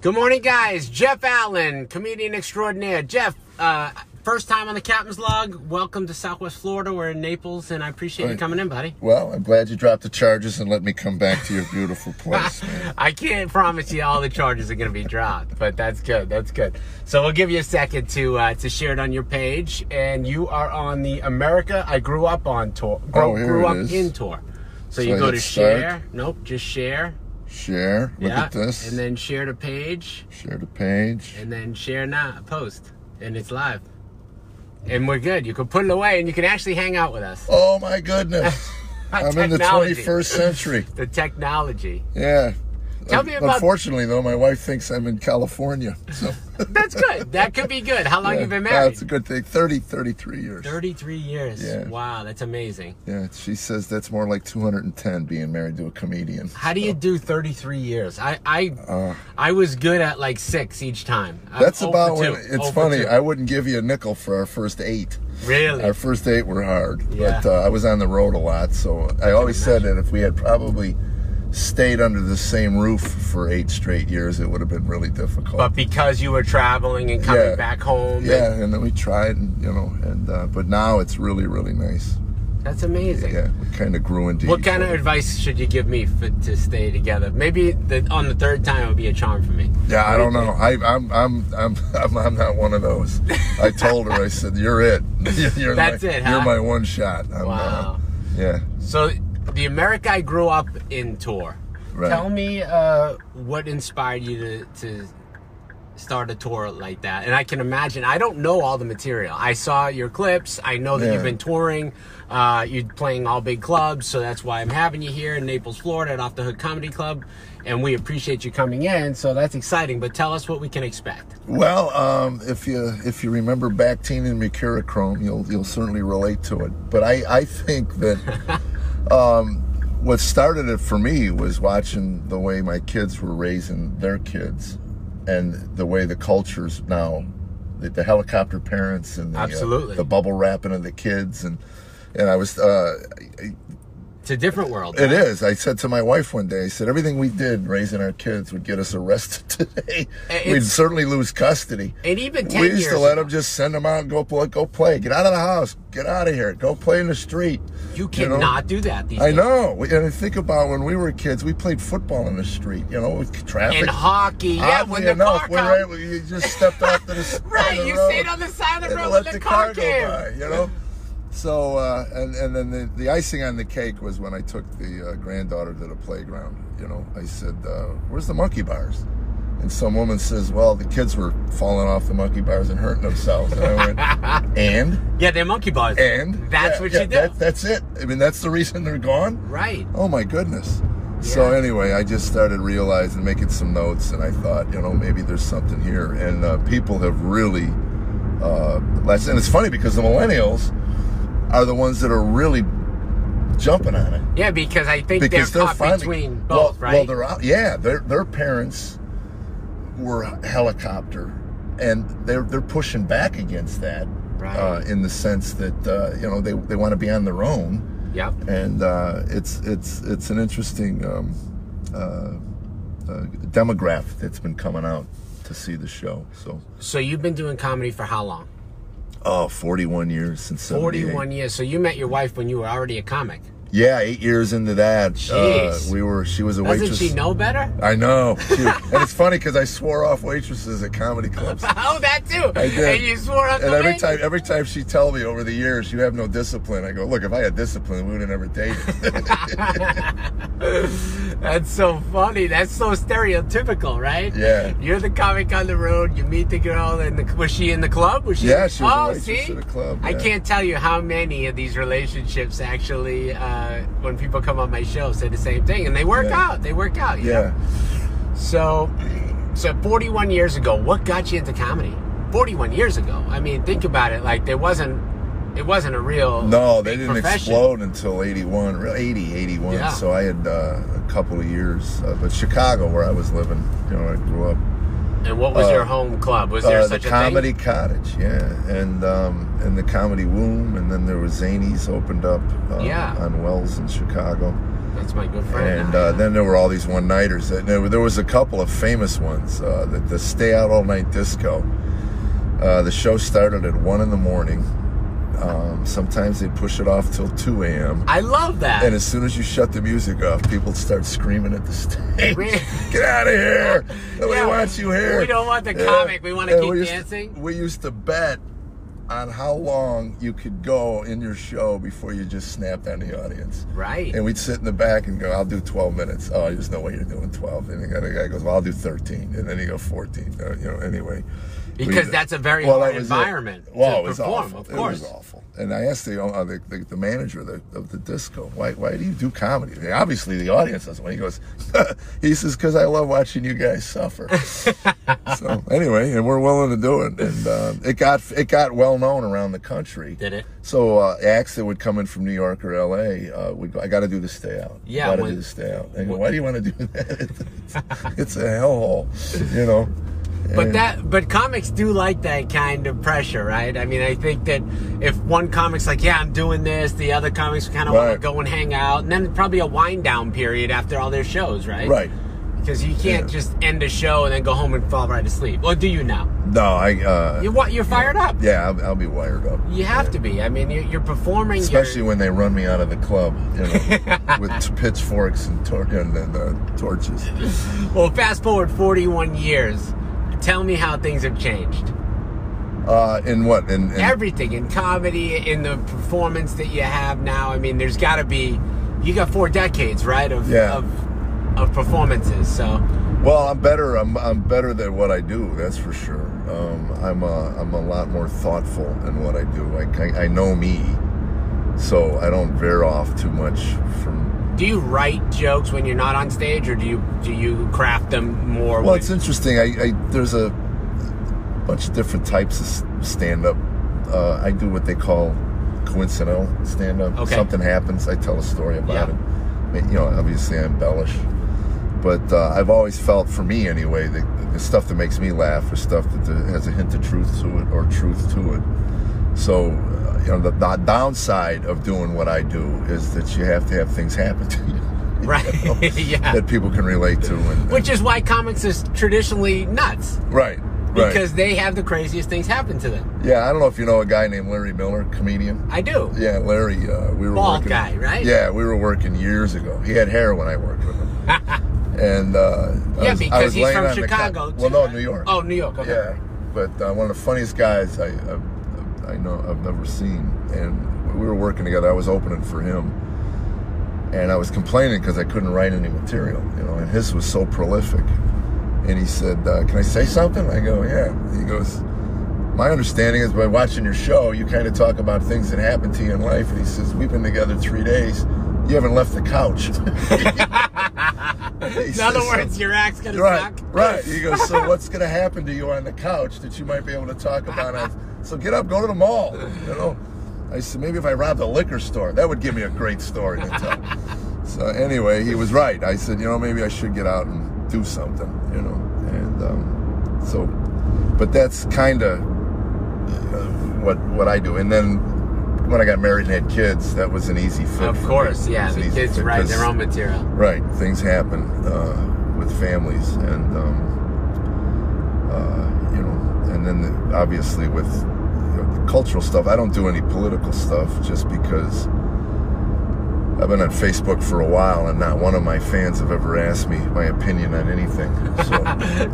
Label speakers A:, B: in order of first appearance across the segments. A: Good morning, guys. Jeff Allen, comedian extraordinaire. Jeff, uh, first time on the captain's log. Welcome to Southwest Florida. We're in Naples, and I appreciate you
B: Right.
A: coming in, buddy.
B: Well, I'm glad you dropped the charges and let me come back to your beautiful place. man.
A: I can't promise you all the charges are going to be dropped, but that's good. That's good. So we'll give you a second to uh, to share it on your page, and you are on the America I Grew Up on tour. Grow,
B: Oh, here
A: grew
B: it
A: up
B: is.
A: in tour. So,
B: So
A: you
B: I
A: go
B: hit
A: to
B: start.
A: share. Nope, just share.
B: Share. Look
A: yeah,
B: at this.
A: and then share to page.
B: Share the page.
A: and then share not post and it's live and we're good you can put it away and you can actually hang out with us
B: Oh my goodness. I'm in the
A: Technology.
B: 21st century.
A: the technology
B: Yeah.
A: Tell me about-
B: Unfortunately, though, my wife thinks I'm in California. So
A: that's good that could be good how long you Oh, been
B: Yeah,
A: married
B: That's a good thing. 30, 33 years.
A: 33 years
B: Yeah.
A: wow that's amazing
B: Yeah, she says that's more like 210 being married to a comedian.
A: how do you do 33 years i i
B: Uh,
A: i was good at like six each time I'm
B: That's
A: 0 for
B: about when
A: two, 0
B: it's
A: for
B: funny.
A: two.
B: I wouldn't give you a nickel for our first eight.
A: really
B: Our first eight were hard,
A: Yeah.
B: but uh, I was on the road a lot, so I, always said that if we had probably stayed under the same roof for eight straight years, it would have been really difficult.
A: but because you were traveling and coming
B: Yeah.
A: back home
B: yeah, and then we tried, and you know, and uh, but now it's really, really nice.
A: that's amazing
B: Yeah, we kind of grew into.
A: What
B: each
A: kind of
B: other.
A: advice should you give me for, to stay together? Maybe the, on the third time would be a charm for me.
B: Yeah, I don't know. I, I'm, I'm, I'm, I'm, I'm not one of those. I told her, I said, "You're it. you're
A: That's
B: my,
A: it,
B: You're
A: huh?
B: my one shot." I'm, uh,
A: Wow.
B: yeah.
A: So, the America I grew up in tour.
B: Right.
A: Tell me uh, what inspired you to, to start a tour like that. And I can imagine, I don't know all the material. I saw your clips. I know that
B: Yeah.
A: you've been touring. Uh, you're playing all big clubs. So, that's why I'm having you here in Naples, Florida at Off the Hook Comedy Club. And we appreciate you coming in. So, that's exciting. But tell us what we can expect.
B: Well, um, if you if you remember Bactine and Mercurochrome, you'll you'll certainly relate to it. But I, I think that um, what started it for me was watching the way my kids were raising their kids, and the way the cultures now, the, the helicopter parents and the, uh,
A: Absolutely.
B: the bubble wrapping of the kids, and and I was uh,
A: It's a different world.
B: it is. I said to my wife one day, I said, everything we did raising our kids would get us arrested today.
A: It's-
B: We'd certainly lose custody.
A: And even 10
B: We used
A: years
B: to let
A: ago,
B: them just send them out and go play, go play. Get out of the house. Get out of here. Go play in the street.
A: you
B: you know?
A: cannot do that these
B: I
A: days.
B: know. We- And I think about when we were kids, we played football in the street, you know, with traffic.
A: And hockey, yeah,
B: Oddly
A: when the
B: enough,
A: car
B: we were
A: comes.
B: able- you just stepped off to the side of
A: Right,
B: the
A: you
B: road
A: stayed on the side of the
B: and
A: road
B: let
A: when the,
B: the
A: car,
B: car
A: came.
B: go by, you know. So uh, and and then the, the icing on the cake was when I took the uh, granddaughter to the playground. You know, I said, uh, "Where's the monkey bars?" And some woman says, "Well, the kids were falling off the monkey bars and hurting themselves." And I went, "And
A: Yeah, they're monkey bars.
B: and
A: That's
B: Yeah,
A: what
B: yeah,
A: you do.
B: that- that's it. I mean, that's the reason they're gone."
A: right.
B: Oh my goodness. So
A: Yeah.
B: anyway, I just started realizing, making some notes, and I thought, you know, maybe there's something here. And uh, people have really, uh, less, and it's funny because the millennials are the ones that are really jumping on it
A: Yeah, because I think
B: because
A: they're,
B: they're,
A: caught
B: finally
A: between both,
B: well,
A: right?
B: Well, they're out. Yeah, their their parents were helicopter, and they're they're pushing back against that
A: Right.
B: uh, in the sense that uh, you know they they want to be on their own
A: yep.
B: and uh, it's it's it's an interesting um, uh, uh, demographic that's been coming out to see the show. So,
A: So you've been doing comedy for how long?
B: oh, 41 years since 78.
A: 41 years. So you met your wife when you were already a comic.
B: Yeah, eight years into that. Uh,
A: Jeez.
B: we were. She was a
A: Doesn't
B: waitress.
A: she know better?
B: I know. She- and it's funny because I swore off waitresses at comedy clubs.
A: Oh, that too.
B: I did.
A: And you swore up
B: And
A: the
B: every
A: wing?
B: time, every time she tell me over the years, you have no discipline. I go, look, if I had discipline, we would have never dated.
A: That's so funny. That's so stereotypical, right?
B: Yeah.
A: You're the comic on the road. You meet the girl, and the, was she in the club? Was she?
B: Yeah, she was a
A: oh,
B: waitress
A: see?
B: at a club,
A: I
B: yeah.
A: can't tell you how many of these relationships actually, uh, when people come on my show, say the same thing, and they work
B: Yeah.
A: out. They work out. you
B: yeah.
A: know? So, so 41 years ago, what got you into comedy? 41 years ago. I mean, think about it. Like there wasn't, it wasn't a real.
B: No, they
A: big
B: didn't
A: profession.
B: explode until 81, really, 80, 81.
A: Yeah.
B: So I had uh, a couple of years. Uh, but Chicago, where I was living, you know, I grew up.
A: And what was
B: Uh,
A: your home club? Was there
B: uh,
A: such
B: the
A: a
B: Comedy
A: thing?
B: Cottage, yeah. And um, and the Comedy Womb. And then there was Zanies opened up uh,
A: Yeah.
B: on Wells in Chicago.
A: That's my good friend.
B: And uh, then there were all these one nighters. There, were- there was a couple of famous ones. Uh, the, the Stay Out All Night Disco. Uh, the show started at 1 in the morning. Um, sometimes they push it off till 2 a.m.
A: I love that.
B: And as soon as you shut the music off, people start screaming at the stage.
A: Really?
B: Get out of here! Nobody
A: Yeah,
B: wants you here.
A: we don't want the comic. We wanna
B: Yeah,
A: keep
B: used
A: dancing.
B: we used to bet on how long you could go in your show before you just snapped on the audience.
A: right.
B: And we'd sit in the back and go, I'll do 12 minutes. Oh, there's no way you're doing 12. And the guy- the guy goes, well, I'll do 13. And then he go 14. Uh, you know, anyway.
A: Because
B: We-
A: that's a very
B: that
A: hard
B: was
A: environment
B: It. Well,
A: to
B: it was
A: perform,
B: awful.
A: of
B: It
A: course.
B: was awful. And I asked the, uh, the, the, the manager of the, of the disco, why, why do you do comedy? And obviously, the audience doesn't. He goes, he says, because I love watching you guys suffer. so anyway, and we're willing to do it. And uh, it got it got well known around the country.
A: Did it?
B: So uh, acts that would come in from New York or L.A. Uh, would go, I got to do the stay out.
A: Yeah,
B: got to
A: when-
B: do the stay out. And
A: when-
B: why do you want to do that? It's, it's a hellhole, you know.
A: But
B: And-
A: that, but comics do like that kind of pressure, right? I mean, I think that if one comic's like, "Yeah, I'm doing this," the other comics kind of want to
B: Right.
A: go and hang out, and then probably a wind down period after all their shows, right?
B: right.
A: Because you can't
B: Yeah.
A: just end a show and then go home and fall right asleep. Or do you now?
B: No, I. Uh,
A: You what? You're fired up.
B: yeah, I'll, I'll be wired up.
A: You have to be. I mean, you're, you're performing. you're-
B: Especially when they run me out of the club, you know, with t- pitchforks and, tor- and, and uh, torches.
A: well, fast forward 41 years. Tell me how things have changed.
B: Uh, in what? In, in
A: everything in comedy in the performance that you have now i mean there's got to be you got four decades right of,
B: Yeah.
A: of of performances so
B: Well, I'm better. I'm, I'm better than what I do. That's for sure. Um, I'm a, I'm a lot more thoughtful in what I do. I, I, I know me, so I don't veer off too much from.
A: do you write jokes when you're not on stage or do you do you craft them more
B: Well,
A: when-
B: it's interesting. I, I there's a bunch of different types of stand up. Uh, I do what they call coincidental stand up.
A: Okay.
B: Something happens, I tell a story about
A: Yeah.
B: it. I mean, You know, obviously I embellish. But uh, I've always felt, for me anyway, that the stuff that makes me laugh is stuff that there- has a hint of truth to it or truth to it. So, uh, you know, the, the downside of doing what I do is that you have to have things happen to you. you
A: Right.
B: know,
A: Yeah.
B: That people can relate to. And,
A: which is why comics is traditionally nuts
B: right. Right.
A: because they have the craziest things happen to them
B: yeah, I don't know if you know a guy named Larry Miller, comedian.
A: i do
B: Yeah, Larry. Uh, we were
A: Bald
B: working,
A: guy, right?
B: Yeah, we were working years ago. He had hair when I worked with him. and uh, I
A: Yeah,
B: was, I
A: because
B: was
A: he's
B: laying
A: from
B: on the cot-
A: Chicago, too,
B: well, no,
A: right?
B: New York.
A: oh new york okay
B: yeah. But uh, one of the funniest guys I, I I know I've never seen, and we were working together. I was opening for him, and I was complaining because I couldn't write any material, you know. And his was so prolific. And he said, uh, "Can I say something?" I go, "Yeah." He goes. My understanding is by watching your show, you kind of talk about things that happen to you in life. And he says, We've been together three days. You haven't left the couch.
A: in other words your act's gonna
B: Right,
A: suck
B: right. He goes, so what's going to happen to you on the couch that you might be able to talk about? On, so get up, go to the mall. You know, I said maybe if I robbed a liquor store, that would give me a great story to tell. so anyway, he was right. I said, you know, maybe I should get out and do something. You know, and um, so, but that's kind of what what I do. And then when I got married and had kids, that was an easy fit.
A: of
B: for me.
A: course
B: It
A: yeah
B: was an
A: the
B: easy
A: kids
B: fit
A: write
B: 'cause-
A: their own material
B: Right, things happen uh, with families, and um, uh, you know, and then the, obviously with you know, the cultural stuff. I don't do any political stuff just because I've been on Facebook for a while, and not one of my fans have ever asked me my opinion on anything. So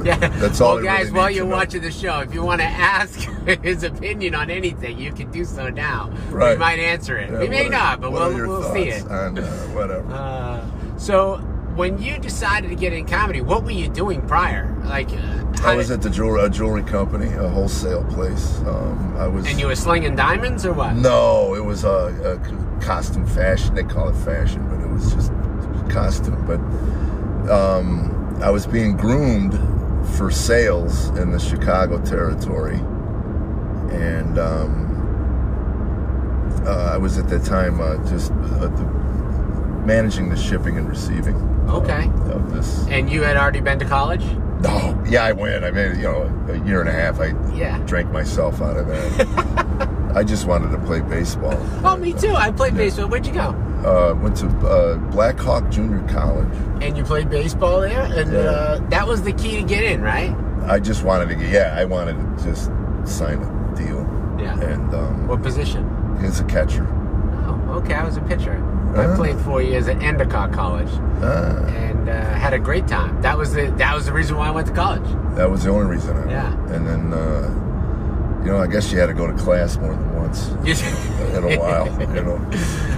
A: Yeah.
B: that's all.
A: Well,
B: I
A: guys,
B: really
A: while
B: need
A: you're
B: to know.
A: watching the show, if you want to ask his opinion on anything, you can do so now. We
B: Right.
A: might answer it.
B: Yeah,
A: we
B: what
A: may
B: are-
A: not, but
B: what are
A: we'll,
B: your
A: we'll see
B: thoughts
A: it.
B: On, uh, whatever.
A: Uh, so, when you decided to get in comedy, what were you doing prior? Like, uh, how
B: I was
A: did-
B: at the jewelry, a jewelry company, a wholesale place. Um, I was.
A: and you were slinging diamonds or what?
B: No, it was a, a costume fashion. They call it fashion, but it was just costume. But um, I was being groomed for sales in the Chicago territory, and um, uh, I was at that time uh, just uh, the, managing the shipping and receiving
A: Okay.
B: of this.
A: And you had already been to college?
B: No, yeah, I went. I mean, you know, a year and a half. I
A: Yeah.
B: drank myself out of that. I just wanted to play baseball.
A: Oh, me too. I played baseball. Where'd you go?
B: Uh, went to uh, Black Hawk Junior College.
A: And you played baseball there, and
B: Yeah.
A: uh, that was the key to get in, right?
B: I just wanted to get, yeah, I wanted to just sign a deal.
A: Yeah.
B: And um,
A: What position?
B: as a catcher.
A: Oh, okay. I was a pitcher. I
B: Ah.
A: played four years at Endicott College
B: Ah,
A: and uh, had a great time. That was the that was the reason why I went to college.
B: that was the only reason I went.
A: Yeah.
B: And then, uh, you know, I guess you had to go to class more than once in a while, you know.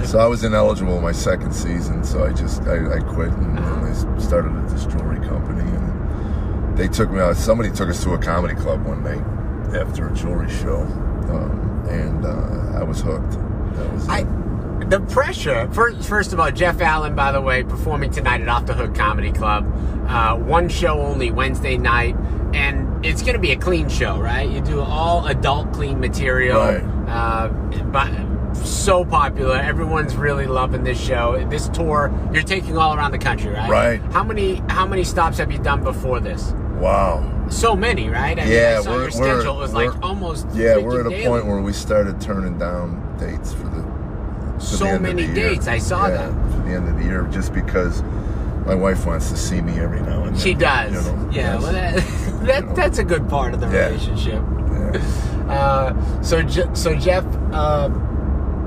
B: So I was ineligible my second season, so I just, I, I quit and then I s- started at this jewelry company. And they took me out, somebody took us to a comedy club one night after a jewelry show. Um, and uh, I was hooked. That was
A: I
B: it.
A: the pressure. First, first of all, Jeff Allen, by the way, performing tonight at Off the Hook Comedy Club. Uh, one show only Wednesday night, and it's going to be a clean show, right? You do all adult clean material.
B: Right.
A: Uh, but so popular, everyone's really loving this show. This tour, you're taking all around the country, right?
B: Right.
A: How many How many stops have you done before this?
B: Wow.
A: So many, right? I mean,
B: Yeah,
A: I saw
B: we're-
A: your
B: we're-
A: schedule was like
B: we're-
A: almost.
B: Yeah, we're at
A: freaking
B: a
A: daily.
B: point where we started turning down dates for the for
A: So
B: the end
A: many
B: of the year.
A: dates, I saw
B: yeah,
A: that.
B: for the end of the year, just because my wife wants to see me every now and then.
A: She does.
B: you know?
A: yeah, well, that, that that's a good part of the
B: Yeah.
A: relationship.
B: yeah.
A: Uh, so Je- so Jeff, uh,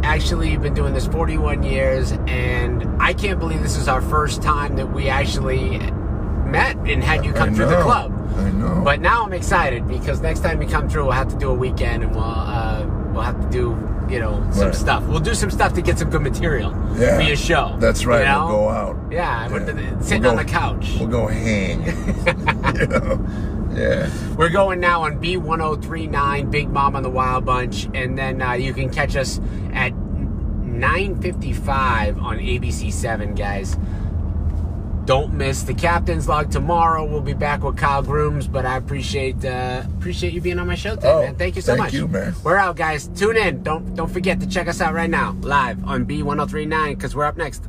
A: actually, you've been doing this 41 years, and I can't believe this is our first time that we actually met and had you come
B: I
A: through the
B: know,
A: club.
B: I know.
A: But now I'm excited because next time you come through, we'll have to do a weekend, and we'll uh, we'll have to do. You know some
B: Right.
A: stuff. We'll do some stuff to get some good material
B: Yeah.
A: for your show.
B: that's right.
A: you know?
B: We'll go out.
A: Yeah, we're
B: We'll
A: sitting
B: go-
A: on the couch.
B: We'll go hang. you know? Yeah.
A: We're going now on B1039, Big Mom and the Wild Bunch, and then uh, you can catch us at 9.55 on ABC7, guys. Don't miss the Captain's Log tomorrow. We'll be back with Kyle Grooms, but I appreciate uh, appreciate you being on my show today,
B: Oh,
A: man. Thank you so
B: thank
A: much.
B: you, man.
A: We're oh out, guys. Tune in. Don't don't forget to check us out right now, live on B1039, because we're up next.